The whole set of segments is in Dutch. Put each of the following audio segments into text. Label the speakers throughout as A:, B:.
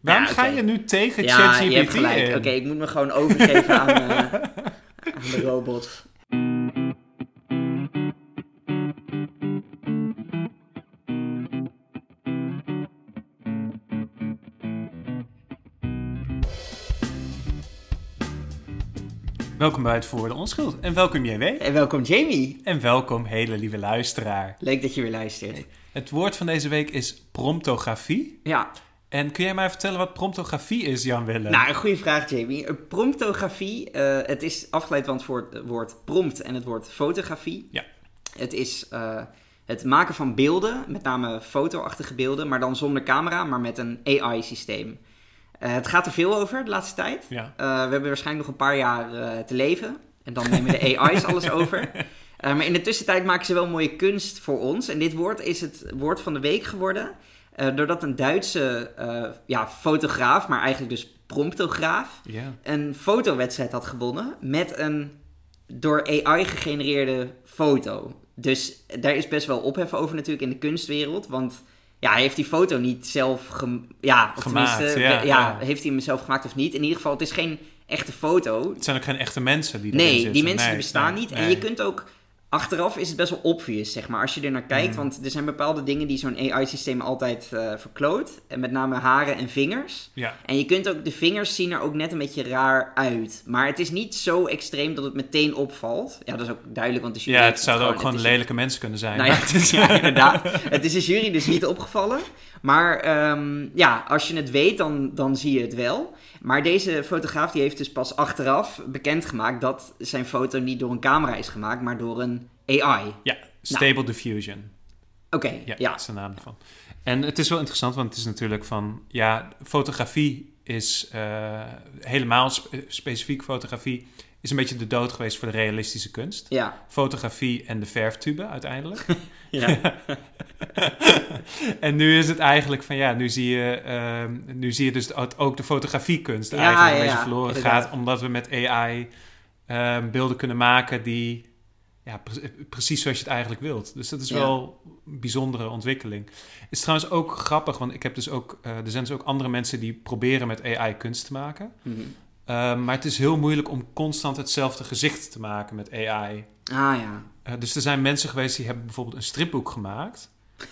A: Waarom
B: Ja,
A: ga
B: oké.
A: je nu tegen
B: Ja,
A: ChatGPT
B: je hebt gelijk.
A: in?
B: Oké, ik moet me gewoon overgeven aan, eh, aan de robot.
A: Welkom bij het Voor de Onschuld en welkom JW.
B: En Eh, welkom Jamie.
A: En welkom hele lieve luisteraar.
B: Leuk dat je weer luistert.
A: Het woord van deze week is promptografie.
B: Ja,
A: En kun jij mij vertellen wat promptografie is, Jan Willem?
B: nou, een goede vraag Jamie. Een Promptografie, eh, het is afgeleid van het woord, eh, woord prompt en het woord fotografie.
A: Ja.
B: Het is eh, het maken van beelden, met name fotoachtige beelden, maar dan zonder camera, maar met een AI-systeem. het gaat er veel over de laatste tijd.
A: Ja.
B: Eh, we hebben waarschijnlijk nog een paar jaar eh, te leven. En dan nemen de AI's alles over. Eh, maar in de tussentijd maken ze wel mooie kunst voor ons. En dit woord is het woord van de week geworden. eh, doordat een Duitse eh, ja, fotograaf, maar eigenlijk dus promptograaf,
A: Ja.
B: een fotowedstrijd had gewonnen met een door AI gegenereerde foto. Dus daar is best wel ophef over natuurlijk in de kunstwereld, want ja, hij heeft die foto niet zelf gem- ja, of
A: Gemaakt,
B: tenminste,
A: ja,
B: ja,
A: ja.
B: heeft hij hem zelf gemaakt of niet? In ieder geval, het is geen echte foto.
A: Het zijn ook geen echte mensen die erin
B: Nee,
A: zitten.
B: die mensen
A: Nee,
B: die bestaan
A: nee,
B: niet. En
A: nee.
B: je kunt ook achteraf is het best wel obvious zeg maar als je er naar
A: Mm.
B: kijkt, want er zijn bepaalde dingen die zo'n AI-systeem altijd eh, verkloot, en met name haren en vingers.
A: Ja.
B: En je kunt ook, de vingers zien er ook net een beetje raar uit. Maar het is niet zo extreem dat het meteen opvalt. Ja, dat is ook duidelijk, want de jury...
A: ja,
B: heeft
A: het zouden ook gewoon
B: het is-
A: lelijke mensen kunnen zijn.
B: Nou ja, het is, ja, inderdaad. Het is de jury dus niet opgevallen. Maar ehm, ja, als je het weet, dan, dan zie je het wel. Maar deze fotograaf die heeft dus pas achteraf bekendgemaakt... dat zijn foto niet door een camera is gemaakt, maar door een AI.
A: Ja, Stable
B: Nou.
A: Diffusion.
B: Oké,
A: Ja,
B: ja.
A: dat is de naam ervan. En het is wel interessant, want het is natuurlijk van... Ja, fotografie is eh, helemaal spe- specifiek fotografie... is een beetje de dood geweest voor de realistische kunst.
B: Ja.
A: Fotografie en de verftube uiteindelijk.
B: ja.
A: en nu is het eigenlijk van ja, nu zie je, ehm, nu zie je dus dat ook de fotografiekunst
B: Ja,
A: eigenlijk een
B: ja,
A: beetje
B: ja,
A: verloren
B: inderdaad.
A: gaat. Omdat we met AI ehm, beelden kunnen maken die ja, pre- precies zoals je het eigenlijk wilt. Dus dat is
B: Ja.
A: wel een bijzondere ontwikkeling. Het is trouwens ook grappig, want ik heb dus ook, eh, er zijn dus ook andere mensen die proberen met AI kunst te maken.
B: Mhm.
A: Ehm, maar het is heel moeilijk om constant hetzelfde gezicht te maken met AI.
B: Ah ja.
A: Eh, dus er zijn mensen geweest die hebben bijvoorbeeld een stripboek gemaakt.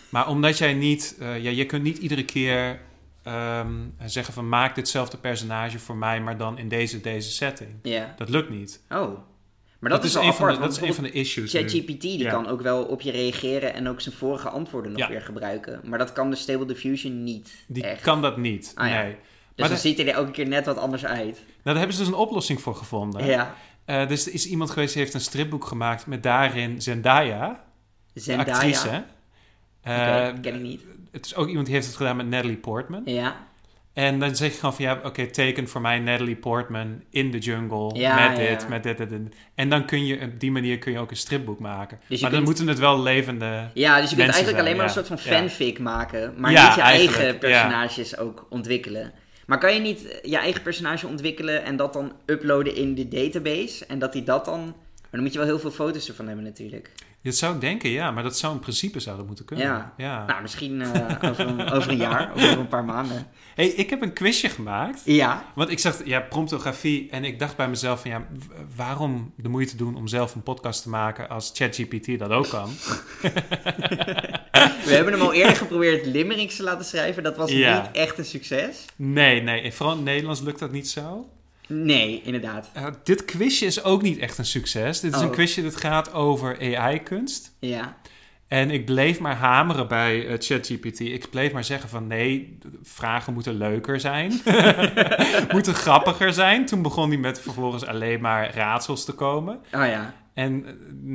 A: Maar omdat jij niet... eh, ja, je kunt niet iedere keer ehm, zeggen van... maak ditzelfde personage voor mij, maar dan in deze, deze setting.
B: Ja.
A: Dat lukt niet.
B: Oh. Maar dat, is wel
A: een
B: apart,
A: van de,
B: want
A: dat is een van de issues Dus nu.
B: ChatGPT die
A: Ja.
B: kan ook wel op je reageren en ook zijn vorige antwoorden nog
A: Ja.
B: weer gebruiken. Maar dat kan de Stable Diffusion niet.
A: Die
B: echt.
A: kan dat niet.
B: Ah, ja.
A: nee. Nou,
B: dus
A: maar
B: dan
A: de-
B: ziet hij er elke keer net wat anders uit.
A: daar hebben ze dus een oplossing voor gevonden.
B: Ja.
A: Eh, dus er is iemand geweest die heeft een stripboek gemaakt... met daarin Zendaya, de
B: Zendaya.
A: actrice. Eh,
B: Oké, ken ik niet.
A: het is ook iemand die heeft het gedaan met Natalie Portman.
B: Ja.
A: En dan zeg je gewoon van ja, oké, teken voor mij Natalie Portman in de jungle.
B: Ja,
A: met
B: ja.
A: dit, met dit, dit, dit. En dan kun je op die manier kun je ook een stripboek maken.
B: Dus je
A: maar dan
B: kunt-
A: moeten het wel levende.
B: Ja, dus je kunt
A: Mensen
B: eigenlijk
A: zijn,
B: alleen maar
A: ja.
B: een soort van
A: Ja.
B: fanfic maken. Maar
A: Ja,
B: niet je eigen
A: eigenlijk, ja.
B: personages ook ontwikkelen. Maar kan je niet eh, je eigen personage ontwikkelen en dat dan uploaden in de database? En dat hij dat dan... Maar dan moet je wel heel veel foto's ervan hebben natuurlijk.
A: Dat zou ik denken, ja, maar dat zou in principe zou dat moeten kunnen.
B: Ja. Nou, misschien eh, over, een, over een jaar of over een paar maanden.
A: Hey, ik heb een quizje gemaakt.
B: Ja.
A: Want ik zag, ja, promptografie. En ik dacht bij mezelf van ja, w- waarom de moeite doen om zelf een podcast te maken als ChatGPT dat ook kan?
B: We hebben hem al eerder geprobeerd limericks te laten schrijven. Dat was
A: Ja.
B: niet echt een succes.
A: Nee, nee, vooral in het Nederlands lukt dat niet zo.
B: Nee, inderdaad.
A: Eh, dit quizje is ook niet echt een succes. Dit is
B: Oh.
A: een quizje dat gaat over AI-kunst.
B: Ja.
A: En ik bleef maar hameren bij eh, ChatGPT. Ik bleef maar zeggen van nee, de vragen moeten leuker zijn. moeten grappiger zijn. Toen begon hij met vervolgens alleen maar raadsels te komen.
B: Oh ja.
A: En eh,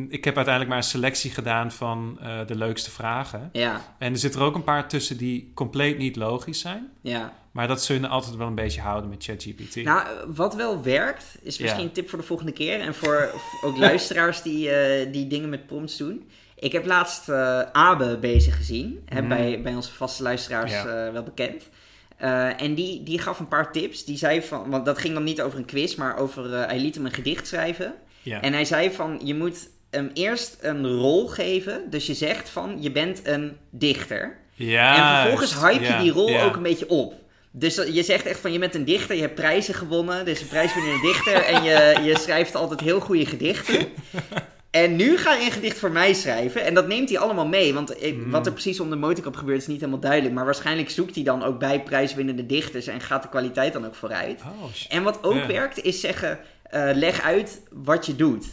A: ik heb uiteindelijk maar een selectie gedaan van eh, de leukste vragen.
B: Ja.
A: En er zitten er ook een paar tussen die compleet niet logisch zijn.
B: Ja.
A: Maar dat zullen we altijd wel een beetje houden met ChatGPT.
B: Nou, wat wel werkt, is
A: Ja.
B: misschien een tip voor de volgende keer. En voor ook luisteraars die, eh, die dingen met prompts doen. Ik heb laatst eh, Abe bezig gezien. Hè, bij, bij onze vaste luisteraars
A: Mm. Ja.
B: eh, wel bekend. Eh, en die, die gaf een paar tips. Die zei van, want dat ging dan niet over een quiz, maar over. eh, hij liet hem een gedicht schrijven.
A: ja.
B: En hij zei van, je moet hem eerst een rol geven. Dus je zegt van, je bent een dichter.
A: Ja,
B: en vervolgens
A: juist.
B: hype je
A: Ah, Ja,
B: die rol
A: ja.
B: ook een beetje op. Dus dat- je zegt echt van je bent een dichter, je hebt prijzen gewonnen, dus een prijswinnende dichter en je, je schrijft altijd heel goede gedichten. En nu ga je een gedicht voor mij schrijven en dat neemt hij allemaal mee, want ik-
A: Mm.
B: wat er precies om de motorkap gebeurt is niet helemaal duidelijk. Maar waarschijnlijk zoekt hij dan ook bij prijswinnende dichters en gaat de kwaliteit dan ook vooruit.
A: Oh, shit.
B: En wat ook
A: Ja.
B: werkt is zeggen, eh, leg uit wat je doet.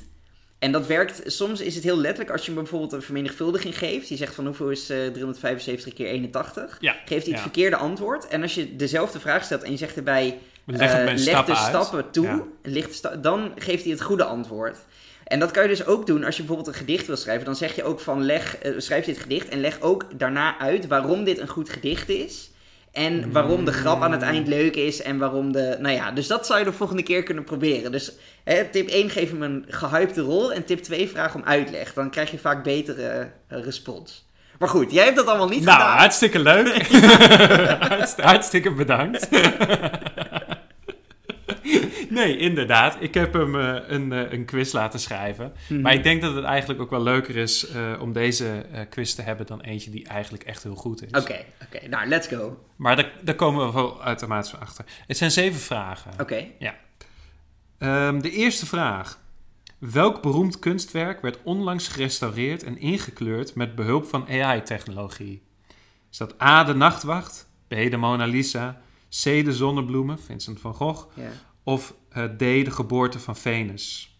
B: En dat werkt, soms is het heel letterlijk als je hem bijvoorbeeld een vermenigvuldiging geeft. Die zegt van hoeveel is eh, 375 keer 81?
A: Ja,
B: Geeft hij het
A: ja.
B: verkeerde antwoord. En als je dezelfde vraag stelt en je zegt erbij...
A: Leg het
B: eh,
A: met
B: leg
A: stappen
B: de
A: uit.
B: stappen toe,
A: Ja.
B: leg de sta- dan geeft hij het goede antwoord. En dat kan je dus ook doen als je bijvoorbeeld een gedicht wil schrijven. Dan zeg je ook van leg, eh, schrijf dit gedicht en leg ook daarna uit waarom dit een goed gedicht is. En waarom de grap aan het
A: Mm.
B: eind leuk is en waarom de... Nou ja, dus dat zou je de volgende keer kunnen proberen. Dus hè, tip 1 geef hem een gehypte rol en tip 2 vraag om uitleg. Dan krijg je vaak betere eh, respons. Maar goed, jij hebt dat allemaal niet
A: Nou,
B: gedaan.
A: hartstikke leuk. Hartst- hartstikke bedankt. nee, inderdaad. Ik heb hem eh, een, eh, een quiz laten schrijven.
B: Mhm.
A: Maar ik denk dat het eigenlijk ook wel leuker is eh, om deze eh, quiz te hebben dan eentje die eigenlijk echt heel goed is.
B: Oké, oké. Nou, let's go. Oké.
A: Maar daar, daar komen we wel automatisch van achter. Het zijn zeven vragen. Ehm, de eerste vraag. Welk beroemd kunstwerk werd onlangs gerestaureerd en ingekleurd met behulp van AI-technologie? Is dat A, de Nachtwacht, B, de Mona Lisa, C, de Zonnebloemen, Vincent van Gogh,
B: Ja.
A: of eh, D, de Geboorte van Venus?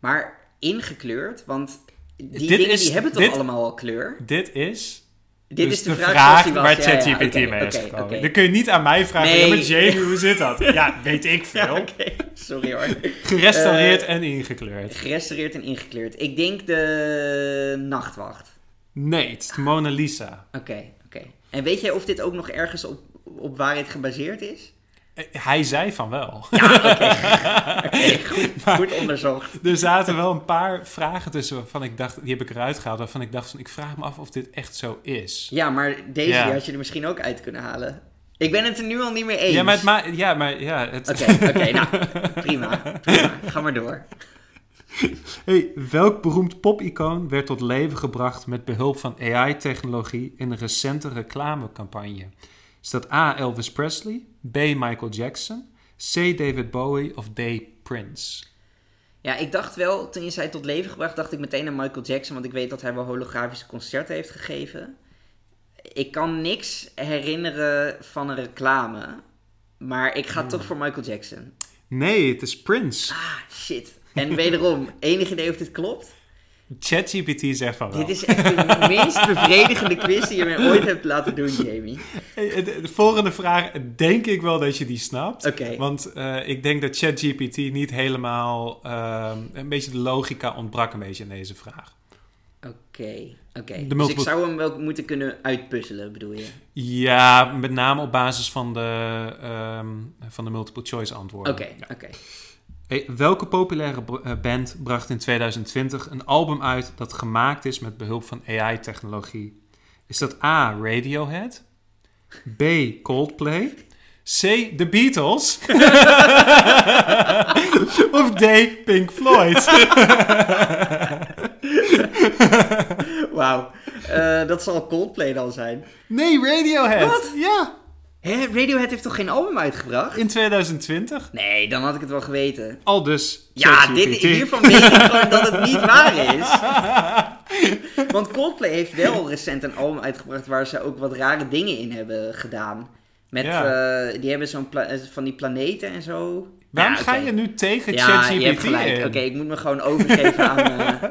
B: Maar ingekleurd, want die
A: Dit
B: dingen
A: is-
B: die hebben toch
A: dit-
B: allemaal al kleur?
A: Dit is,
B: Dit
A: dus
B: is de, vraag, zoals
A: vraag
B: die was.
A: waar
B: Ja, ja,
A: ChatGPT
B: oké,
A: mee is
B: oké,
A: gekomen.
B: oké.
A: Dan kun je niet aan mij vragen,
B: Nee.
A: ja, maar Jamie, hoe zit dat? ja, weet ik
B: Ja,
A: veel.
B: oké. Eh. Sorry hoor.
A: Gerestaureerd en ingekleurd.
B: Gerestaureerd en ingekleurd. Ik denk de nachtwacht.
A: Nee, het is de Mona Lisa.
B: Oké, oké. En weet jij of dit ook nog ergens op, op waarheid gebaseerd is?
A: Eh, Hij zei van wel.
B: Oké, goed, goed onderzocht.
A: Er zaten wel een paar vragen tussen waarvan ik dacht, die heb ik eruit gehaald, waarvan ik dacht van, ik vraag me af of dit echt zo is.
B: Ja, maar deze
A: Ja.
B: die had je er misschien ook uit kunnen halen. Ik ben het er nu al niet meer eens.
A: Ja, maar het ma- ja, maar ja, het...
B: Oké, oké, nou, prima, prima. Ga maar door.
A: Hey, welk beroemd popicoon werd tot leven gebracht met behulp van AI-technologie in een recente reclamecampagne? Is dat A. Elvis Presley, B. Michael Jackson, C. David Bowie of D. Prince?
B: Ja, ik dacht wel, toen je zei tot leven gebracht, dacht ik meteen aan Michael Jackson, want ik weet dat hij wel holografische concerten heeft gegeven. Ik kan niks herinneren van een reclame, maar ik ga toch voor Michael Jackson.
A: Nee, het is Prince.
B: Ah, shit. En wederom, enig idee of dit klopt?
A: ChatGPT zegt van wel.
B: Dit is echt de minst bevredigende quiz die je mij ooit hebt laten doen, Jamie.
A: Hey, De de volgende vraag, denk ik wel dat je die snapt.
B: Oké.
A: Want eh, ik denk dat ChatGPT niet helemaal. ehm, een beetje de logica ontbrak een beetje in deze vraag.
B: Oké, oké. Dus ik
A: multiple-
B: zou hem wel moeten kunnen uitpuzzelen, bedoel je?
A: Ja, met name op basis van de, ehm, van de multiple choice
B: Oké,
A: antwoorden. Ja.
B: oké.
A: Hey, welke populaire b- eh, band bracht in 2020 een album uit dat gemaakt is met behulp van AI-technologie? Is dat A. Radiohead? B. Coldplay? C. The Beatles? of D. Pink Floyd?
B: Wauw. Eh, dat zal Coldplay dan zijn.
A: Nee, Radiohead.
B: Wat?
A: Ja,
B: Hè, Radiohead heeft toch geen album uitgebracht?
A: in 2020.
B: Nee, dan had ik het wel geweten.
A: Al dus.
B: Ja, dit,
A: ChatGPT.
B: hiervan weet ik gewoon dat het niet waar is. Want Coldplay heeft wel recent een album uitgebracht waar ze ook wat rare dingen in hebben gedaan. Met,
A: Ja.
B: eh, die hebben zo'n pla- eh, van die planeten en zo.
A: Waarom
B: Ja,
A: ga
B: oké.
A: je nu tegen
B: Ja,
A: ChatGPT
B: je hebt gelijk.
A: in?
B: Oké, ik moet me gewoon overgeven aan, eh,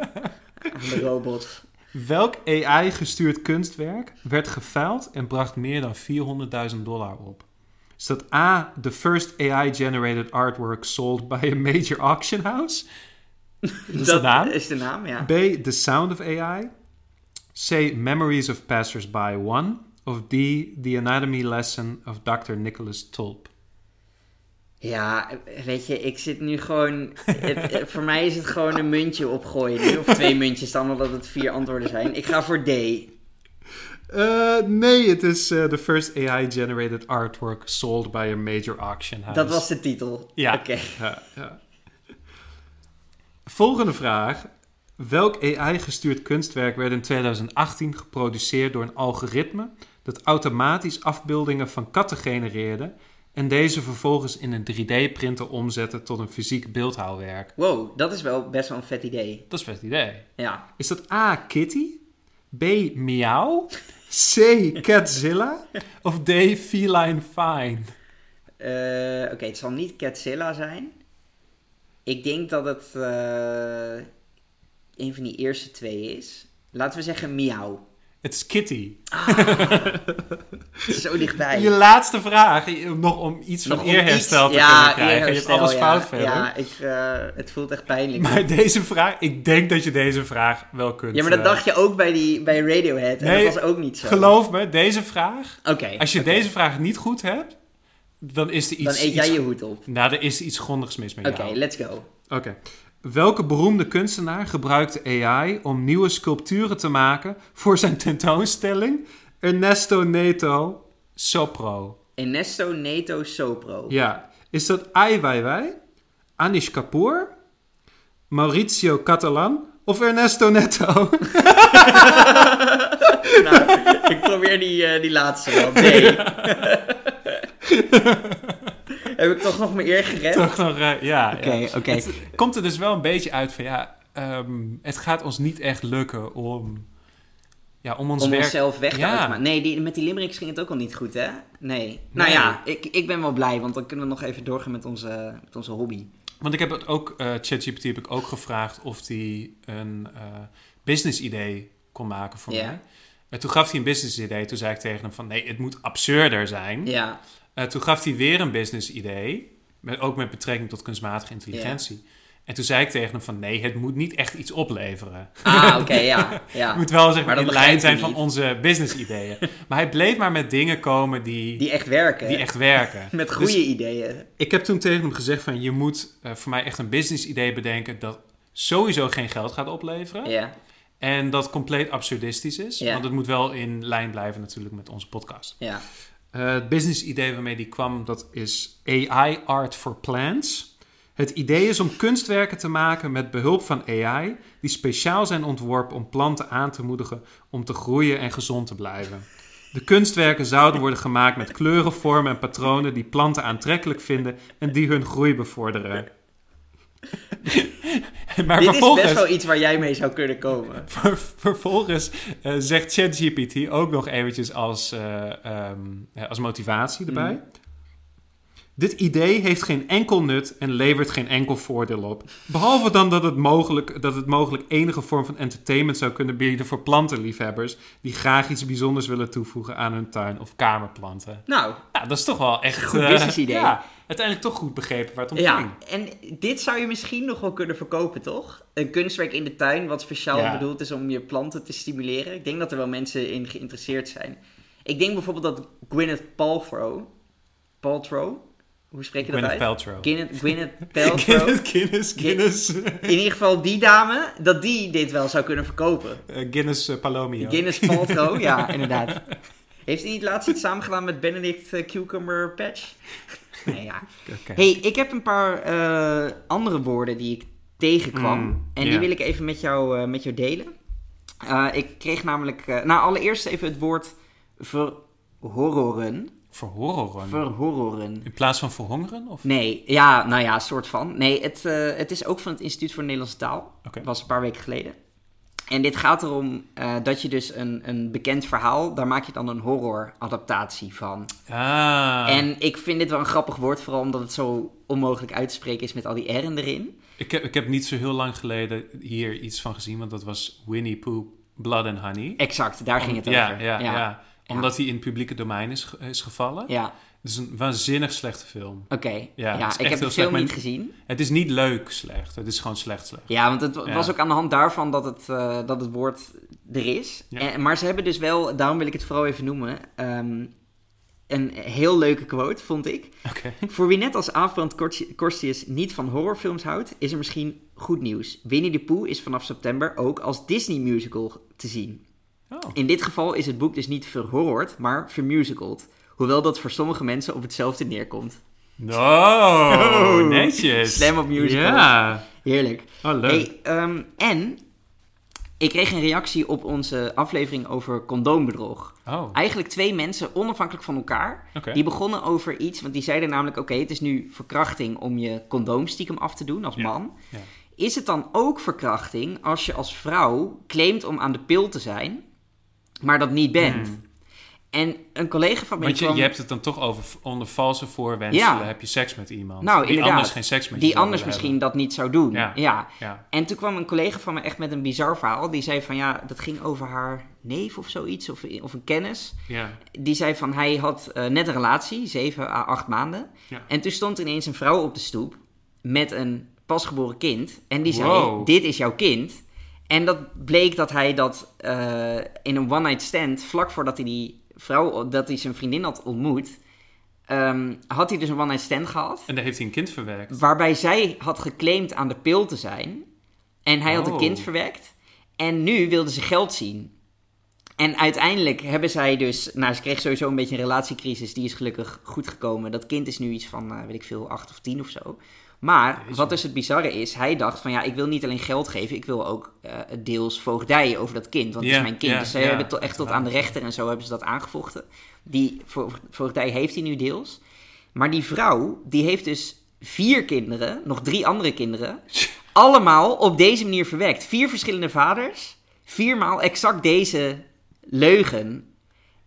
B: aan de robot.
A: Welk AI-gestuurd kunstwerk werd gefaald en bracht meer dan 400.000 dollar op? Is dat A, the first AI-generated artwork sold by a major auction house? Dat is de naam.
B: is de naam, ja.
A: B, the sound of AI? C, memories of passersby one? Of D, the anatomy lesson of Dr. Nicholas Tulp?
B: Ja, weet je, ik zit nu gewoon. het- eh, voor mij is het gewoon een muntje opgooien. nu, Of twee muntjes dan, omdat het vier antwoorden zijn. Ik ga voor D.
A: Eh, nee, het is eh, the first AI-generated artwork sold by a major auction house.
B: Dat was de titel.
A: Ja.
B: Oké.
A: Ja, ja. Volgende vraag. Welk AI-gestuurd kunstwerk werd in 2018 geproduceerd door een algoritme dat automatisch afbeeldingen van katten genereerde en deze vervolgens in een 3D-printer omzette tot een fysiek beeldhouwwerk.
B: Wow, dat is wel best wel een vet idee.
A: Dat is best een idee.
B: Ja.
A: Is dat A. Kitty, B. Miauw, C. Catzilla of D. Feline Fine?
B: Eh, Oké, het zal niet Catzilla zijn. Ik denk dat het eh, een van die eerste twee is. Laten we zeggen miauw.
A: Het is Kitty.
B: Zo dichtbij.
A: Je laatste vraag, eh, nog om iets
B: Nog
A: van
B: om
A: eerherstel
B: iets-
A: te kunnen krijgen. Je hebt
B: eerherstel,
A: alles
B: ja.
A: fout verder.
B: Ja, ik, eh, het voelt echt pijnlijk.
A: Maar deze vraag, ik denk dat je deze vraag wel kunt.
B: ja, maar dat
A: eh,
B: dacht je ook bij, die, bij Radiohead. En
A: Nee,
B: dat was ook niet zo.
A: Geloof me, deze vraag,
B: Oké,
A: als je deze vraag niet goed hebt, dan is er iets...
B: dan eet jij
A: iets-
B: je hoed op.
A: Nou, er is iets grondigs mis met
B: Oké,
A: jou.
B: let's go.
A: Oké. Welke beroemde kunstenaar gebruikte AI om nieuwe sculpturen te maken voor zijn tentoonstelling Ernesto Neto Sopro?
B: Ernesto Neto Sopro.
A: Ja, is dat Ai Weiwei, Anish Kapoor, Mauricio Catalan of Ernesto Neto?
B: Nou, ik probeer die, eh, die laatste wel. Nee. Heb ik toch nog mijn eer gered? Oké,
A: Toch nog, eh, ja.
B: oké.
A: ja. Het komt er dus wel een beetje uit van ja, ehm, het gaat ons niet echt lukken om, ja, om ons
B: Om
A: werk...
B: onszelf weg te
A: Ja.
B: uitmaken. Nee, die, met die limericks ging het ook al niet goed, hè? Nee. Nou
A: Nee.
B: ja, ik, ik ben wel blij, want dan kunnen we nog even doorgaan met onze, met onze hobby.
A: Want ik heb het ook, eh, ChatGPT heb ik ook gevraagd of hij een eh, business idee kon maken voor
B: Ja.
A: mij. En toen gaf hij een business idee. Toen zei ik tegen hem van nee, het moet absurder zijn.
B: Ja,
A: Eh, toen gaf hij weer een business idee. Met, ook met betrekking tot kunstmatige intelligentie. En toen zei ik tegen hem van nee, het moet niet echt iets opleveren.
B: Ah, oké, ja. ja.
A: Het moet wel zeg
B: Maar
A: maar,
B: dat
A: in
B: begrijpt
A: lijn
B: hij
A: zijn van
B: niet.
A: onze business ideeën. maar hij bleef maar met dingen komen die, die,
B: Die echt werken.
A: echt werken.
B: Met
A: Dus
B: goede ideeën.
A: ik heb toen tegen hem gezegd van... je moet eh, voor mij echt een business idee bedenken... dat sowieso geen geld gaat opleveren.
B: Ja.
A: En dat compleet absurdistisch is.
B: Ja.
A: Want het moet wel in lijn blijven natuurlijk met onze podcast.
B: ja.
A: Eh, het business idee waarmee die kwam... dat is AI Art for Plants. Het idee is om kunstwerken te maken met behulp van AI... die speciaal zijn ontworpen om planten aan te moedigen... om te groeien en gezond te blijven. De kunstwerken zouden worden gemaakt met kleuren, vormen en patronen die planten aantrekkelijk vinden en die hun groei bevorderen. maar
B: Dit is best
A: vervolgens,
B: wel iets waar jij mee zou kunnen komen.
A: ver- vervolgens eh, zegt ChatGPT ook nog eventjes als, eh, ehm, eh, als motivatie erbij.
B: Mhm.
A: Dit idee heeft geen enkel nut en levert geen enkel voordeel op. Behalve dan dat het, mogelijk, dat het mogelijk enige vorm van entertainment zou kunnen bieden voor plantenliefhebbers die graag iets bijzonders willen toevoegen aan hun tuin of kamerplanten.
B: Nou,
A: Ja, dat is toch wel echt...
B: Goed
A: eh,
B: business idee.
A: Ja, uiteindelijk toch goed begrepen waar het om ging.
B: ja. En dit zou je misschien nog wel kunnen verkopen, toch? Een kunstwerk in de tuin wat speciaal
A: Ja.
B: bedoeld is om je planten te stimuleren. Ik denk dat er wel mensen in geïnteresseerd zijn. Ik denk bijvoorbeeld dat Gwyneth Paltrow... Paltrow? Hoe spreek je dat
A: Gwyneth
B: uit?
A: Paltrow.
B: Gwyneth, Gwyneth Paltrow.
A: Guinness, Guinness, Guinness. Eh,
B: In ieder geval die dame, dat die dit wel zou kunnen verkopen.
A: Guinness eh, Palomio.
B: Guinness Paltrow, ja, inderdaad. Heeft hij niet laatst iets samengedaan met Benedict eh, Cucumber Patch? Nee, ja.
A: Oké.
B: hey, ik heb een paar eh, andere woorden die ik tegenkwam.
A: Mm,
B: en
A: ja.
B: die wil ik even met jou, eh, met jou delen. Eh, ik kreeg namelijk... eh, nou, allereerst even het woord verhorroren.
A: Verhorroren.
B: Verhorroren.
A: In plaats van verhongeren? Of?
B: Nee, ja, nou ja, soort van. Nee, het, eh, het is ook van het Instituut voor Nederlandse Taal.
A: Oké.
B: was een paar weken geleden. En dit gaat erom eh, dat je dus een, een bekend verhaal, daar maak je dan een horror-adaptatie van.
A: Ah.
B: En ik vind dit wel een grappig woord, vooral omdat het zo onmogelijk uit te spreken is met al die R'en erin.
A: Ik, heb, ik heb niet zo heel lang geleden hier iets van gezien, want dat was Winnie Pooh, Blood and Honey.
B: Exact, daar ging het
A: ja,
B: over.
A: Ja, ja,
B: ja.
A: Omdat hij in het publieke domein is, ge- is gevallen.
B: Ja,
A: Het is een waanzinnig slechte film.
B: oké. Ja,
A: het is echt
B: ik
A: heel
B: heb de
A: slecht,
B: film
A: maar-
B: niet gezien.
A: Het is niet leuk slecht, het is gewoon slecht slecht.
B: Ja, want het
A: Ja.
B: was ook aan de hand daarvan dat het, eh, dat het woord er is.
A: Ja.
B: En- maar ze hebben dus wel, daarom wil ik het vooral even noemen, ehm, een heel leuke quote, vond ik.
A: Oké.
B: Voor wie net als Aafbrand Korti- Korstius niet van horrorfilms houdt, is er misschien goed nieuws. Winnie de Pooh is vanaf september ook als Disney musical te zien.
A: Oh.
B: In dit geval is het boek dus niet verhorrord, maar vermusicald. Hoewel dat voor sommige mensen op hetzelfde neerkomt.
A: No, netjes.
B: Slam op Oh. musical.
A: Ja.
B: Heerlijk.
A: Oh, leuk.
B: Hey, ehm, en Ik kreeg een reactie op onze aflevering over condoombedrog.
A: Oh, oké.
B: Eigenlijk twee mensen, onafhankelijk van elkaar, die begonnen over iets, want die zeiden namelijk: oké, het is nu verkrachting om je condoom stiekem af te doen als
A: Ja,
B: man.
A: ja.
B: Is het dan ook verkrachting als je als vrouw claimt om aan de pil te zijn, maar dat niet bent? En een collega van mij
A: Hmm. Want je,
B: kwam-
A: je hebt het dan toch over onder valse voorwendselen
B: Ja.
A: heb je seks met iemand.
B: Nou,
A: die
B: inderdaad.
A: anders geen seks met je
B: die
A: zou
B: anders
A: willen
B: misschien dat niet zou doen.
A: Ja.
B: ja.
A: hebben.
B: En toen kwam een collega van me echt met een bizar verhaal. Die zei van ja, dat ging over haar neef of zoiets, of, of een kennis.
A: Ja,
B: Die zei van hij had eh, net een relatie, 7 à 8 maanden.
A: Ja.
B: En toen stond er ineens een vrouw op de stoep met een pasgeboren kind. En die zei:
A: Wow.
B: Dit is jouw kind. En dat bleek dat hij dat eh, in een one-night stand, vlak voordat hij die vrouw, dat hij zijn vriendin had ontmoet, ehm, had hij dus een one-night stand gehad.
A: en daar heeft hij een kind verwerkt.
B: Waarbij zij had geclaimd aan de pil te zijn. En hij had een
A: Oh.
B: kind verwekt. En nu wilde ze geld zien. En uiteindelijk hebben zij dus... Nou, ze kreeg sowieso een beetje een relatiecrisis. Die is gelukkig goed gekomen. Dat kind is nu iets van, eh, weet ik veel, acht of tien of zo. Maar
A: Jeetje.
B: wat dus het bizarre is... Hij dacht van, ja, ik wil niet alleen geld geven. Ik wil ook eh, deels voogdij over dat kind. Want het
A: Ja,
B: is mijn kind.
A: ja,
B: dus zij
A: ja,
B: hebben to- echt tot aan de rechter en zo hebben ze dat aangevochten. Die vo- voogdij heeft hij nu deels. Maar die vrouw, die heeft dus vier kinderen, nog drie andere kinderen, allemaal op deze manier verwekt. Vier verschillende vaders, viermaal exact deze leugen.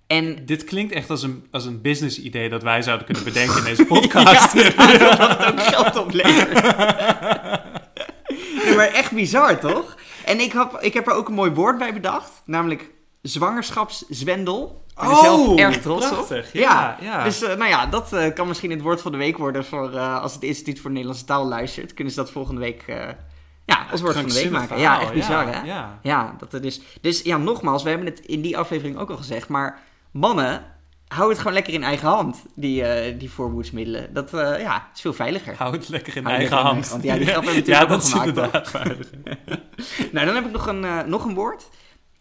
B: En
A: Dit klinkt echt als een, als een business idee dat wij zouden kunnen bedenken in deze podcast.
B: dat het ook geld oplevert. Nee, maar echt bizar, toch? En ik, heb ik heb er ook een mooi woord bij bedacht, namelijk zwangerschapszwendel. Ik ben er zelf erg trots op.
A: Oh, prachtig. Ja, ja.
B: Dus eh, nou ja, dat eh, kan misschien het woord van de week worden voor eh, als het Instituut voor de Nederlandse Taal luistert. Kunnen ze dat volgende week eh, ja, als woord van de week
A: Krankzinnig
B: maken.
A: verhaal,
B: Ja, echt bizar
A: ja,
B: hè?
A: ja.
B: dat er dus, dus ja, nogmaals, we hebben het in die aflevering ook al gezegd, maar mannen, hou het gewoon lekker in eigen hand, die, eh, die voorboedsmiddelen. Dat eh, ja, is veel veiliger.
A: Hou het lekker in
B: Hou het
A: eigen
B: lekker in
A: hand.
B: eigen hand. Ja, die grap hebben we
A: Ja,
B: natuurlijk
A: dat
B: ook
A: is
B: gemaakt,
A: inderdaad veilig.
B: Nou, dan heb ik nog een, eh, nog een woord.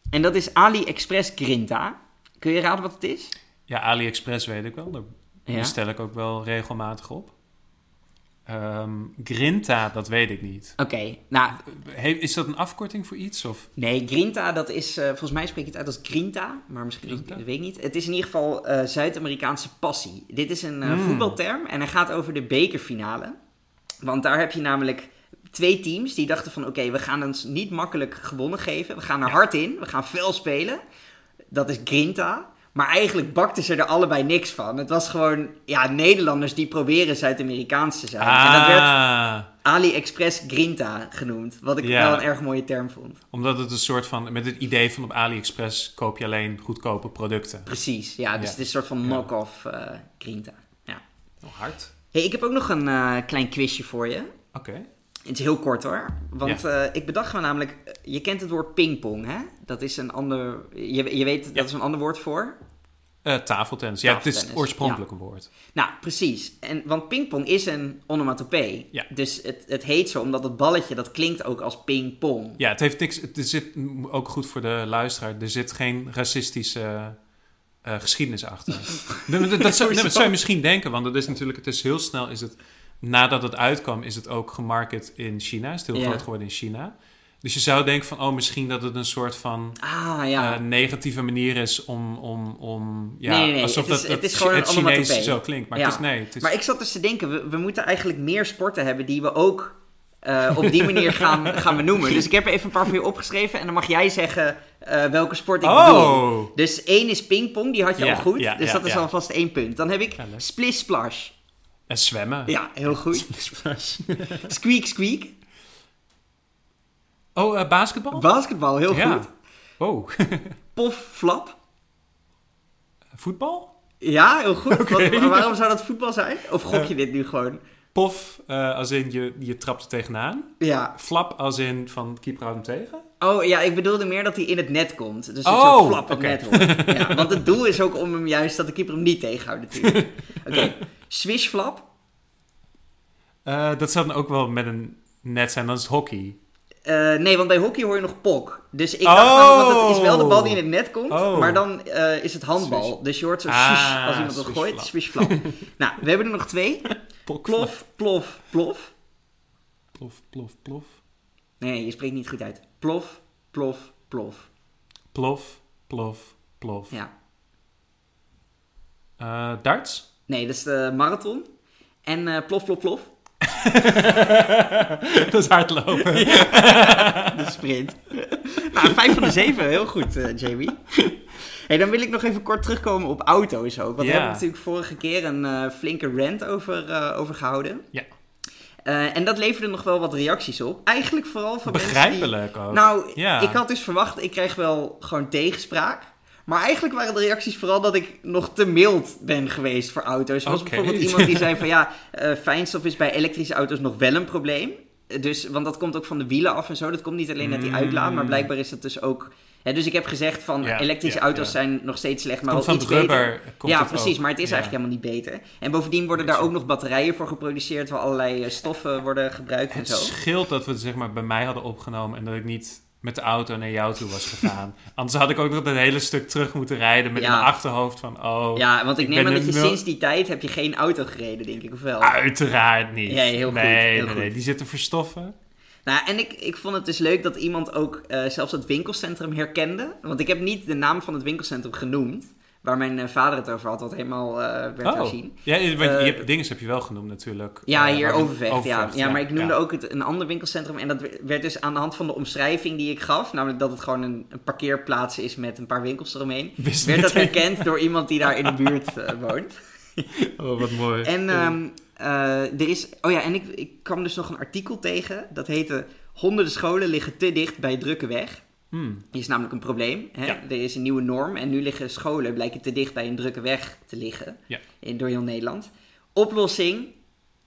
B: En dat is AliExpress Grinta. Kun je raden wat het is?
A: Ja, AliExpress weet ik wel. Daar
B: Ja.
A: bestel ik ook wel regelmatig op. Ehm, Grinta, dat weet ik niet.
B: Oké, nou,
A: He- is dat een afkorting voor iets? Of?
B: Nee, Grinta, dat is, eh, volgens mij spreek je het uit als Grinta, maar misschien
A: Grinta?
B: dat weet ik niet. Het is in ieder geval eh, Zuid-Amerikaanse passie. Dit is een eh,
A: Mm.
B: voetbalterm en hij gaat over de bekerfinale. Want daar heb je namelijk twee teams die dachten van oké, we gaan ons niet makkelijk gewonnen geven. We gaan er hard in, we gaan fel spelen. Dat is Grinta. Maar eigenlijk bakten ze er allebei niks van. Het was gewoon, ja, Nederlanders die proberen Zuid-Amerikaans te zijn. En dat werd
A: Ah,
B: AliExpress Grinta genoemd, wat ik
A: Ja.
B: wel een erg mooie term vond.
A: omdat het een soort van... Met het idee van op AliExpress koop je alleen goedkope producten.
B: Precies, ja. Dus
A: Ja.
B: het is een soort van knock-off eh Grinta. Ja.
A: Oh, hard.
B: Hey, ik heb ook nog een eh, klein quizje voor je.
A: Oké.
B: Het is heel kort hoor. Want eh, ik bedacht me namelijk, eh, je kent het woord pingpong, hè? Dat is een ander, je, je weet, dat is een ander woord voor.
A: Eh, tafeltennis. Ja, het is
B: Tafeltennis,
A: oorspronkelijk een woord.
B: Nou, precies. En, want pingpong is een onomatopee.
A: Ja.
B: Dus het, het heet zo omdat het balletje, dat klinkt ook als pingpong.
A: Ja, het heeft niks... Het, er zit m- ook goed voor de luisteraar. Er zit geen racistische eh, geschiedenis achter. dat, dat, dat zou, dat zou je misschien denken, want dat is natuurlijk... Het is heel snel is het... Nadat het uitkwam is het ook gemarket in China. Is het heel
B: Ja.
A: groot geworden in China. Dus je zou denken van... Oh, misschien dat het een soort van...
B: Ah, ja.
A: eh, negatieve manier is om... om, om ja,
B: Nee, nee, nee,
A: Alsof
B: het is-
A: dat,
B: het
A: dat
B: is gewoon een
A: Chinees
B: onomatopee.
A: zo klinkt. Maar
B: Ja.
A: het is nee. Het is,
B: Maar ik zat dus te denken, we, we moeten eigenlijk meer sporten hebben die we ook eh, op die manier gaan, gaan benoemen. Dus ik heb er even een paar voor je opgeschreven en dan mag jij zeggen eh, welke sport ik bedoel.
A: oh!
B: Dus één is pingpong, die had je
A: Ja,
B: al goed.
A: ja,
B: dus
A: ja,
B: dat is
A: ja.
B: alvast één punt. Dan heb ik
A: Ja, leuk.
B: splish splash.
A: En zwemmen.
B: Ja, heel goed. Squeak squeak.
A: Oh, eh, basketbal?
B: Basketbal, heel
A: ja.
B: goed.
A: Oh,
B: Pof flap.
A: voetbal?
B: Ja, heel goed. Wat- maar waarom zou dat voetbal zijn? Of gok je dit nu gewoon?
A: Pof, eh, als in je, je trapt er tegenaan.
B: Ja.
A: Flap, als in van keeper houdt hem tegen.
B: Oh ja, ik bedoelde meer dat hij in het net komt. Dus dat
A: Oh,
B: zo'n flap het
A: oké.
B: net hoort. Ja, want het doel is ook om hem juist dat de keeper hem niet tegenhoudt natuurlijk. Oké, swishflap.
A: Eh, dat zou dan ook wel met een net zijn. Dan is het hockey.
B: Eh, nee, want bij hockey hoor je nog pok. Dus ik
A: Oh.
B: dacht namelijk, want het is wel de bal die in het net komt,
A: Oh.
B: maar dan eh, is het handbal.
A: Swish.
B: Dus je hoort zo
A: Ah,
B: swish als iemand dat
A: swishflap.
B: gooit, swishflap. nou, we hebben er nog twee.
A: Pok,
B: Plof, plof, plof.
A: Plof, plof, plof.
B: Nee, je spreekt niet goed uit. Plof, plof, Plof.
A: Plof, plof, plof.
B: Ja.
A: Eh, darts?
B: Nee, dat is de marathon. En eh, plof, plof, plof.
A: dat is hardlopen.
B: De sprint. nou, vijf van de zeven. Heel goed, eh, Jamie. Hey, dan wil ik nog even kort terugkomen op auto's ook. Want daar
A: Ja.
B: hebben we natuurlijk vorige keer een eh, flinke rant over, eh, over gehouden.
A: Ja.
B: Eh, en dat leverde nog wel wat reacties op. Eigenlijk vooral van mensen die...
A: Begrijpelijk ook.
B: Nou,
A: Ja.
B: ik had dus verwacht, ik kreeg wel gewoon tegenspraak. Maar eigenlijk waren de reacties vooral dat ik nog te mild ben geweest voor auto's. Er was
A: Oké.
B: bijvoorbeeld iemand die zei van ja, eh, fijnstof is bij elektrische auto's nog wel een probleem. Eh, Dus, want dat komt ook van de wielen af en zo. Dat komt niet alleen uit die
A: Mm.
B: uitlaat, maar blijkbaar is dat dus ook... Hè, dus ik heb gezegd van
A: Ja,
B: elektrische
A: ja,
B: auto's
A: ja.
B: zijn nog steeds slecht, maar
A: komt
B: wel
A: van
B: iets
A: het
B: beter.
A: rubber. komt
B: ja,
A: het
B: precies,
A: ook.
B: maar het is
A: Ja.
B: eigenlijk helemaal niet beter. En bovendien worden daar
A: Weet je.
B: ook nog batterijen voor geproduceerd, waar allerlei eh, stoffen worden gebruikt en
A: Het
B: zo.
A: scheelt dat we het zeg maar, bij mij hadden opgenomen en dat ik niet met de auto naar jou toe was gegaan. Anders had ik ook nog dat hele stuk terug moeten rijden met
B: Ja.
A: in mijn achterhoofd van, oh,
B: Ja, want ik,
A: Ik
B: neem
A: ben Ah.
B: aan
A: een
B: dat je
A: nul-
B: sinds die tijd heb je geen auto gereden, denk ik, of wel?
A: uiteraard niet.
B: Oh. Ja, heel goed,
A: nee,
B: heel
A: nee,
B: goed.
A: nee, die zitten verstoffen.
B: Nou, en ik, ik vond het dus leuk dat iemand ook eh, zelfs het winkelcentrum herkende. Want ik heb niet de naam van het winkelcentrum genoemd, waar mijn eh, vader het over had, wat helemaal eh, werd
A: Oh.
B: herzien.
A: Ja, want je
B: Eh,
A: hebt, dingen heb je wel genoemd natuurlijk.
B: Ja,
A: Eh,
B: hier
A: waar we-
B: Overvecht, ja.
A: Overvecht,
B: ja. Maar ik noemde
A: ja.
B: ook het, een ander winkelcentrum en dat werd dus aan de hand van de omschrijving die ik gaf, namelijk dat het gewoon een, een parkeerplaats is met een paar winkels eromheen,
A: Wist
B: werd dat
A: meteen.
B: herkend door iemand die daar in de buurt eh, woont.
A: Oh, wat mooi.
B: En
A: Ja.
B: ehm, eh, er is. Oh ja, en ik, ik kwam dus nog een artikel tegen. Dat heette. Honderden scholen liggen te dicht bij drukke weg.
A: Hmm.
B: Dat is namelijk een probleem. Hè?
A: Ja.
B: Er is een nieuwe norm. En nu liggen scholen blijken te dicht bij een drukke weg te liggen.
A: Ja.
B: In, door heel Nederland. Oplossing.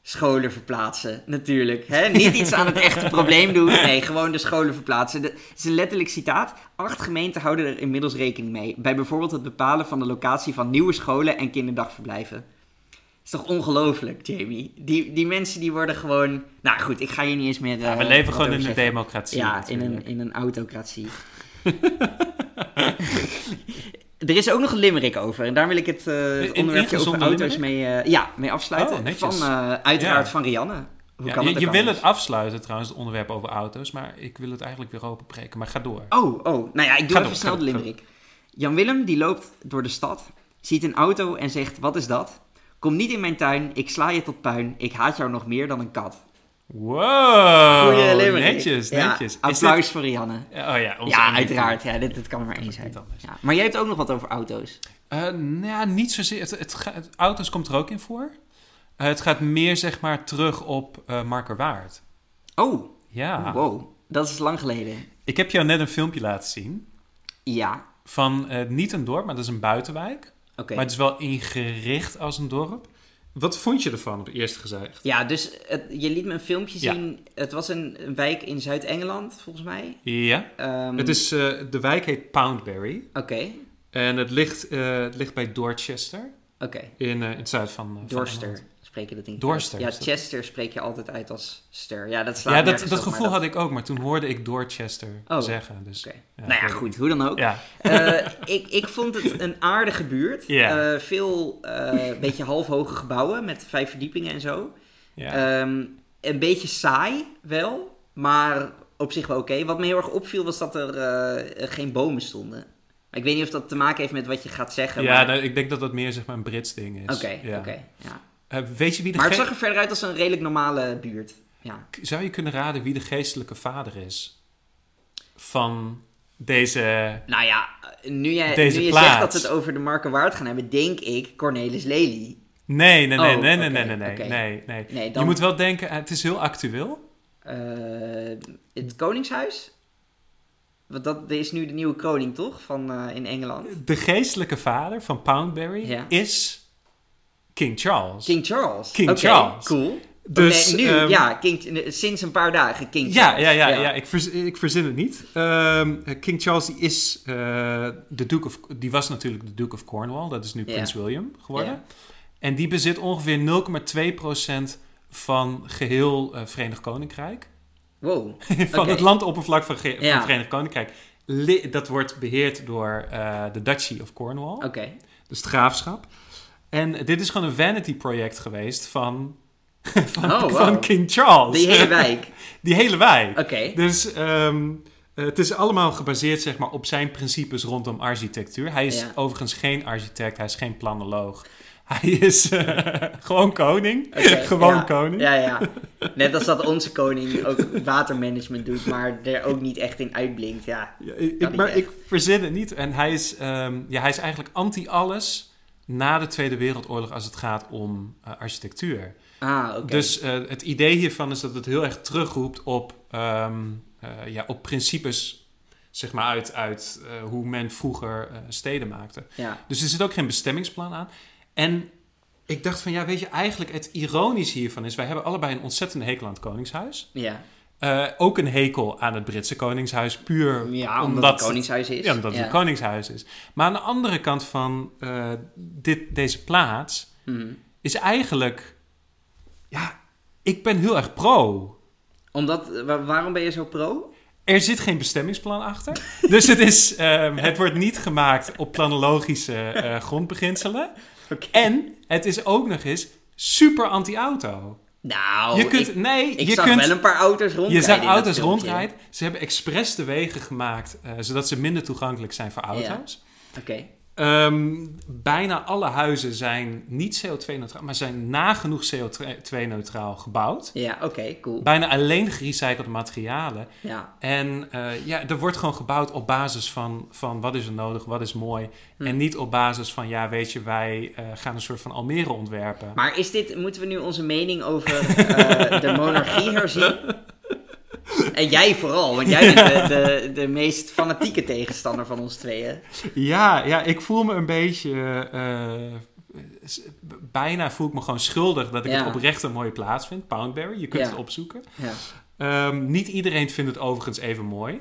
B: Scholen verplaatsen, natuurlijk. Hè? Niet iets aan het echte probleem doen. Nee, gewoon de scholen verplaatsen. De- Het is een letterlijk citaat. Acht gemeenten houden er inmiddels rekening mee. Bij bijvoorbeeld het bepalen van de locatie van nieuwe scholen en kinderdagverblijven. is toch ongelooflijk, Jamie? Die, die mensen die worden gewoon... Nou goed, ik ga hier niet eens meer...
A: Ja, we
B: eh,
A: leven
B: wat
A: gewoon
B: over
A: in een
B: zeggen.
A: democratie.
B: Ja, in een, in een autocratie. er is ook nog een limerick over. En daar wil ik het eh, het
A: Een
B: onderwerpje over
A: ingezonde
B: auto's mee, eh, ja, mee afsluiten.
A: Oh,
B: van,
A: netjes.
B: eh, uiteraard
A: Ja.
B: van Rianne. Hoe
A: Ja,
B: kan
A: je
B: het
A: je
B: ook
A: wil
B: anders?
A: het afsluiten trouwens, het onderwerp over auto's, maar ik wil het eigenlijk weer openbreken. Maar ga door.
B: Oh, oh. Nou ja, ik doe
A: Ga
B: even
A: door,
B: snel
A: ga
B: de
A: door,
B: limerick. Jan Willem die loopt door de stad, ziet een auto en zegt, wat is dat? Kom niet in mijn tuin, ik sla je tot puin. Ik haat jou nog meer dan een kat.
A: Wow,
B: Goeie limerick.
A: Oh, netjes,
B: Ja,
A: netjes. Is dit-
B: applaus voor Rianne.
A: Oh ja, onze
B: Ja,
A: Annie.
B: uiteraard. Ja, dit, dit kan er maar één zijn.
A: niet anders.
B: Ja. Maar jij hebt ook nog wat over auto's.
A: Eh, nou ja, niet zozeer. Het, het, ga- het- auto's komt er ook in voor. Eh, het gaat meer zeg maar terug op eh Markerwaard.
B: Oh,
A: Ja.
B: wow. Dat is lang geleden.
A: Ik heb jou net een filmpje laten zien
B: Ja,
A: van eh, niet een dorp, maar dat is een buitenwijk.
B: oké.
A: Maar het is wel ingericht als een dorp. Wat vond je ervan op het eerste gezicht?
B: Ja, dus het- je liet me een filmpje
A: Ja.
B: zien. Het was een, een wijk in Zuid-Engeland, volgens mij.
A: Ja.
B: Ehm,
A: Het is, eh, de wijk heet Poundberry.
B: Oké,
A: En het ligt, eh, het ligt bij Dorchester
B: oké.
A: in, eh, in het zuiden van, eh, van
B: Dorster
A: Engeland.
B: spreek je dat in.
A: Dorster,
B: Ja,
A: is dat?
B: Chester spreek je altijd uit als ster. Ja, dat slaat
A: Ja, dat,
B: nergens
A: dat
B: op, maar
A: gevoel had ik ook, maar toen hoorde ik Dorchester
B: Oh.
A: zeggen. Dus,
B: Oké.
A: ja,
B: nou ja,
A: ik weet-
B: goed, hoe dan ook.
A: Ja.
B: Eh, ik, ik vond het een aardige buurt.
A: Ja.
B: Eh, veel, eh beetje halfhoge gebouwen met vijf verdiepingen en zo.
A: ja.
B: Ehm, een beetje saai wel, maar op zich wel oké. Wat me heel erg opviel was dat er eh, eh, geen bomen stonden. Maar ik weet niet of dat te maken heeft met wat je gaat zeggen.
A: Ja,
B: maar-
A: nou, ik denk dat dat meer zeg maar een Brits ding is.
B: Oké,
A: ja.
B: oké. ja.
A: Eh, weet je wie de
B: Maar het
A: ge-
B: zag er verder uit als een redelijk normale buurt. Ja.
A: Zou je kunnen raden wie de geestelijke vader is? Van deze...
B: Nou ja, nu jij,
A: Deze
B: nu je
A: plaats.
B: zegt dat we het over de Marken Waard gaan hebben, denk ik Cornelis Lely.
A: Nee, nee, nee,
B: Oh,
A: nee, nee,
B: oké,
A: nee, nee, nee,
B: oké.
A: nee, nee.
B: Nee, dan
A: Je moet wel denken, eh, het is heel actueel.
B: eh, het Koningshuis. Want dat is nu de nieuwe koning, toch? Van eh, in Engeland.
A: De geestelijke vader van Poundberry
B: Ja.
A: is King Charles.
B: King Charles.
A: King
B: Oké,
A: Charles.
B: Cool.
A: Dus,
B: Nee, nu,
A: ehm,
B: ja, King, sinds een paar dagen King
A: Ja,
B: Charles.
A: ja, ja, ja. ik, verz- ik verzin het niet. Ehm, King Charles die is eh, de Duke of, die was natuurlijk de Duke of Cornwall. Dat is nu
B: Ja.
A: Prins William geworden.
B: Ja.
A: En die bezit ongeveer 0,2% van geheel eh, Verenigd Koninkrijk.
B: Wow.
A: van
B: Oké.
A: het landoppervlak van, ge-
B: Ja.
A: van Verenigd Koninkrijk. Li- dat wordt beheerd door eh, de Duchy of Cornwall.
B: Oké.
A: Dus het graafschap. En dit is gewoon een vanity project geweest van, van,
B: Oh, wow.
A: van King Charles.
B: Die hele wijk.
A: Die hele wijk.
B: Oké.
A: Dus ehm, Eh, het is allemaal gebaseerd zeg maar, op zijn principes rondom architectuur. Hij is
B: Ja.
A: overigens geen architect, hij is geen planoloog. Hij is eh, gewoon koning.
B: Oké,
A: gewoon
B: ja.
A: koning.
B: Ja, ja. Net als dat onze koning ook watermanagement doet, maar er ook niet echt in uitblinkt. Ja,
A: Ja, ik,
B: Kan
A: ik-
B: niet
A: maar
B: echt.
A: ik verzin het niet. En hij is, ehm, ja, hij is eigenlijk anti-alles na de Tweede Wereldoorlog als het gaat om eh, architectuur.
B: ah, oké.
A: Dus eh, het idee hiervan is dat het heel erg terugroept op, ehm, eh, ja, op principes zeg maar, uit, uit eh, hoe men vroeger eh, steden maakte.
B: ja.
A: Dus er zit ook geen bestemmingsplan aan. En ik dacht van, ja, weet je, eigenlijk het ironisch hiervan is... wij hebben allebei een ontzettende hekel aan het Koningshuis.
B: Ja.
A: Eh, ook een hekel aan het Britse Koningshuis, puur
B: ja, omdat, het koningshuis is.
A: ja, omdat het een koningshuis is. Maar aan de andere kant van eh, dit, deze plaats
B: Mhm.
A: is eigenlijk... Ja, ik ben heel erg pro.
B: Omdat, wa- waarom ben je zo pro?
A: Er zit geen bestemmingsplan achter. Dus het, is, ehm, het wordt niet gemaakt op planologische eh, grondbeginselen.
B: Oké.
A: En het is ook nog eens super anti-auto.
B: Nou,
A: je kunt,
B: ik,
A: nee,
B: ik
A: je
B: zag
A: kunt,
B: wel een paar auto's
A: je
B: rondrijden.
A: zag
B: in dat
A: auto's
B: filmpje.
A: rondrijden. Ze hebben expres de wegen gemaakt, eh, zodat ze minder toegankelijk zijn voor auto's.
B: Oké.
A: Ehm, bijna alle huizen zijn niet CO2-neutraal, maar zijn nagenoeg CO2-neutraal gebouwd.
B: Ja, oké, cool.
A: Bijna alleen gerecyclede materialen.
B: Ja,
A: En eh, ja, er wordt gewoon gebouwd op basis van, van wat is er nodig, wat is mooi.
B: Hm.
A: En niet op basis van, ja, weet je, wij eh, gaan een soort van Almere ontwerpen.
B: maar is dit, moeten we nu onze mening over eh, de monarchie herzien? En jij vooral, want jij bent de, de, de meest fanatieke tegenstander van ons tweeën.
A: Ja, ja, ik voel me een beetje. eh, eh, s- b- bijna voel ik me gewoon schuldig dat ik
B: Ja.
A: het oprecht een mooie plaats vind. Poundberry, je kunt
B: Ja.
A: het opzoeken.
B: Ja.
A: Ehm, niet iedereen vindt het overigens even mooi.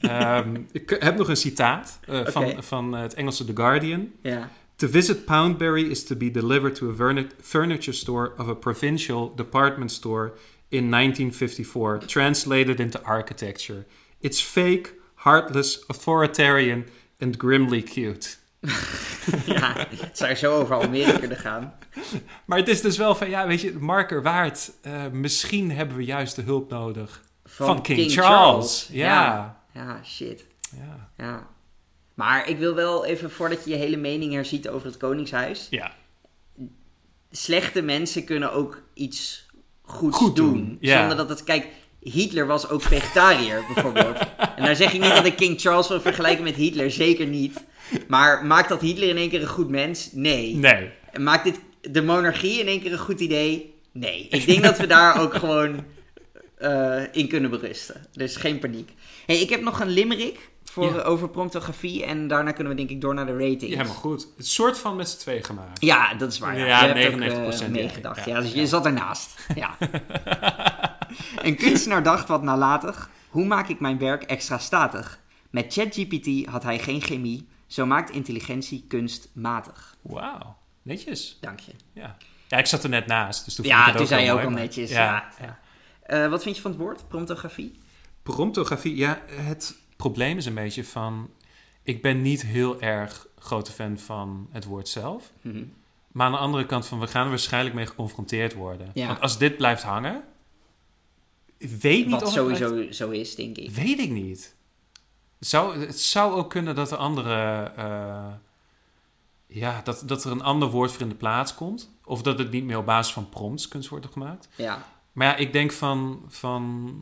A: Ehm, ik heb nog een citaat eh,
B: Oké.
A: van, van eh, het Engelse The Guardian.
B: ja.
A: To visit Poundberry is to be delivered to a furni- furniture store of a provincial department store in 1954, translated into architecture. It's fake, heartless, authoritarian and grimly cute.
B: Ja, het zou zo over Almere kunnen gaan.
A: Maar het is dus wel van, ja, weet je, marker waard. Eh, misschien hebben we juist de hulp nodig van, King, Charles. Ja.
B: Ja, Ja, shit.
A: Ja.
B: Ja. Maar ik wil wel even, voordat je je hele mening herziet over het Koningshuis.
A: ja.
B: Slechte mensen kunnen ook iets goeds
A: Goed
B: doen.
A: doen, ja.
B: Zonder dat het... Kijk, Hitler was ook vegetariër bijvoorbeeld. en daar zeg ik niet dat ik King Charles wil vergelijken met Hitler. Zeker niet. Maar maakt dat Hitler in één keer een goed mens? Nee.
A: Nee.
B: En Maakt dit de monarchie in één keer een goed idee? Nee. Ik denk dat we daar ook gewoon eh, in kunnen berusten. Dus geen paniek. Hey, ik heb nog een limerick voor,
A: Ja.
B: over promptografie. En daarna kunnen we denk ik door naar de ratings.
A: Helemaal goed. Het soort van met z'n twee gemaakt.
B: Ja, dat is waar. Ja,
A: Ja,
B: Je hebt ook, eh,
A: 99%
B: meegedacht. Ja,
A: denk ik.
B: dus je zat ernaast. Ja. een kunstenaar dacht wat nalatig. Hoe maak ik mijn werk extra statig? Met ChatGPT had hij geen chemie. Zo maakt intelligentie kunst matig.
A: Wauw. Netjes.
B: Dank je.
A: Ja. Ja, ik zat er net naast, dus toen vond
B: Ja,
A: ik het
B: toen
A: ook
B: zei je
A: wel
B: ook al
A: mooi, maar-
B: netjes. Ja.
A: Ja.
B: ja. Eh, wat vind je van het woord? Promptografie?
A: Promptografie, ja, het probleem is een beetje van... Ik ben niet heel erg grote fan van het woord zelf.
B: Mhm.
A: Maar aan de andere kant van, we gaan er waarschijnlijk mee geconfronteerd worden.
B: Ja.
A: Want als dit blijft hangen... Weet niet of
B: Wat
A: het
B: sowieso zo is, denk ik.
A: blijft- Weet ik niet. Zou, het zou ook kunnen dat er andere... eh, ja, dat, dat er een ander woord voor in de plaats komt. Of dat het niet meer op basis van prompts kunt worden gemaakt.
B: Ja,
A: Maar ja, ik denk van, van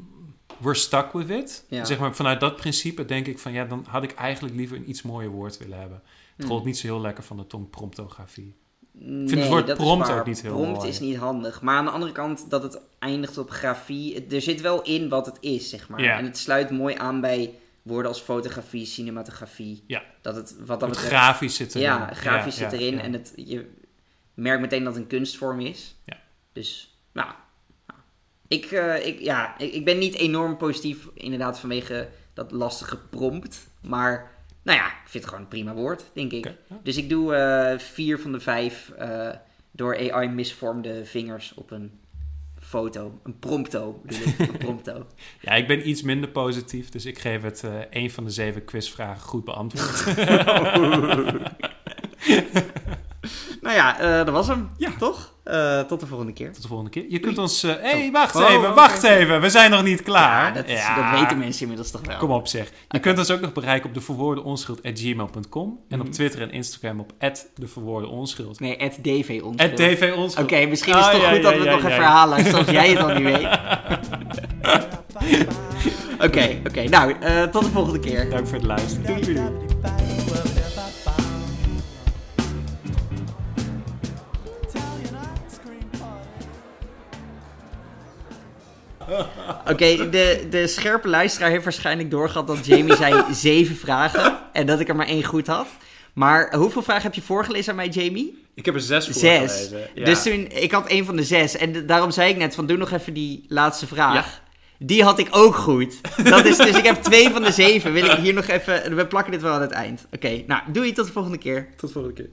A: we're stuck with it.
B: Ja.
A: Zeg maar, vanuit dat principe denk ik van ja, dan had ik eigenlijk liever een iets mooier woord willen hebben. Het
B: Hm.
A: rolt niet zo heel lekker van de tong promptografie.
B: nee,
A: het woord
B: dat is
A: prompt
B: waar.
A: ook niet heel
B: Prompt
A: mooi.
B: is niet handig. Maar aan de andere kant, dat het eindigt op grafie. het- Er zit wel in wat het is, zeg maar.
A: Ja.
B: En het sluit mooi aan bij woorden als fotografie, cinematografie.
A: Ja.
B: Dat het wat dat
A: Het
B: betreft...
A: grafisch zit erin.
B: ja, grafisch
A: ja,
B: zit erin.
A: ja.
B: En het, je merkt meteen dat het een kunstvorm is.
A: Ja.
B: Dus, nou... nou. Ik, eh, ik, ja, ik, ik ben niet enorm positief, inderdaad, vanwege dat lastige prompt. Maar, nou ja, ik vind het gewoon een prima woord, denk ik.
A: Oké, ja.
B: Dus ik doe eh, vier van de vijf eh, door AI misvormde vingers op een foto. Een prompto, bedoel ik. Een prompto.
A: Ja, ik ben iets minder positief, dus ik geef het eh één van de zeven quizvragen goed beantwoord.
B: nou ja, eh, dat was hem.
A: Ja.
B: Toch? Eh, tot de volgende keer.
A: Tot de volgende keer. Je kunt ons... Hé, hey, wacht
B: Oh,
A: even,
B: oh,
A: wacht
B: oké.
A: even. We zijn nog niet klaar.
B: Ja, dat, is- dat weten mensen inmiddels toch wel.
A: Ah, Kom op zeg. Je kunt ons ook nog bereiken op deverwoordenonschuld.gmail.com en
B: Hmm.
A: op Twitter en Instagram op @deverwoordenonschuld.
B: Nee, het DV ons.
A: Het DV
B: Oké,
A: onschuld.
B: misschien is het
A: Oh,
B: toch
A: ja,
B: goed
A: ja,
B: dat we
A: ja,
B: het nog
A: ja,
B: even
A: ja.
B: herhalen, zoals jij het al niet weet. Oké, oké. nou, eh, tot de volgende keer.
A: Dank voor het luisteren. Doei, doei.
C: Italian ice cream party.
B: Oké, de, de scherpe luisteraar heeft waarschijnlijk doorgehad dat Jamie zei zeven vragen en dat ik er maar één goed had. Maar hoeveel vragen heb je voorgelezen aan mij, Jamie?
A: Ik heb er zes voor
B: Zes. Dus toen, ik had één van de zes. En d- daarom zei ik net van, doe nog even die laatste vraag. Die had ik ook goed. Dat is, dus ik heb twee van de zeven. Wil ik hier nog even, we plakken dit wel aan het eind. Oké, nou, doei, tot de volgende keer.
A: Tot volgende keer.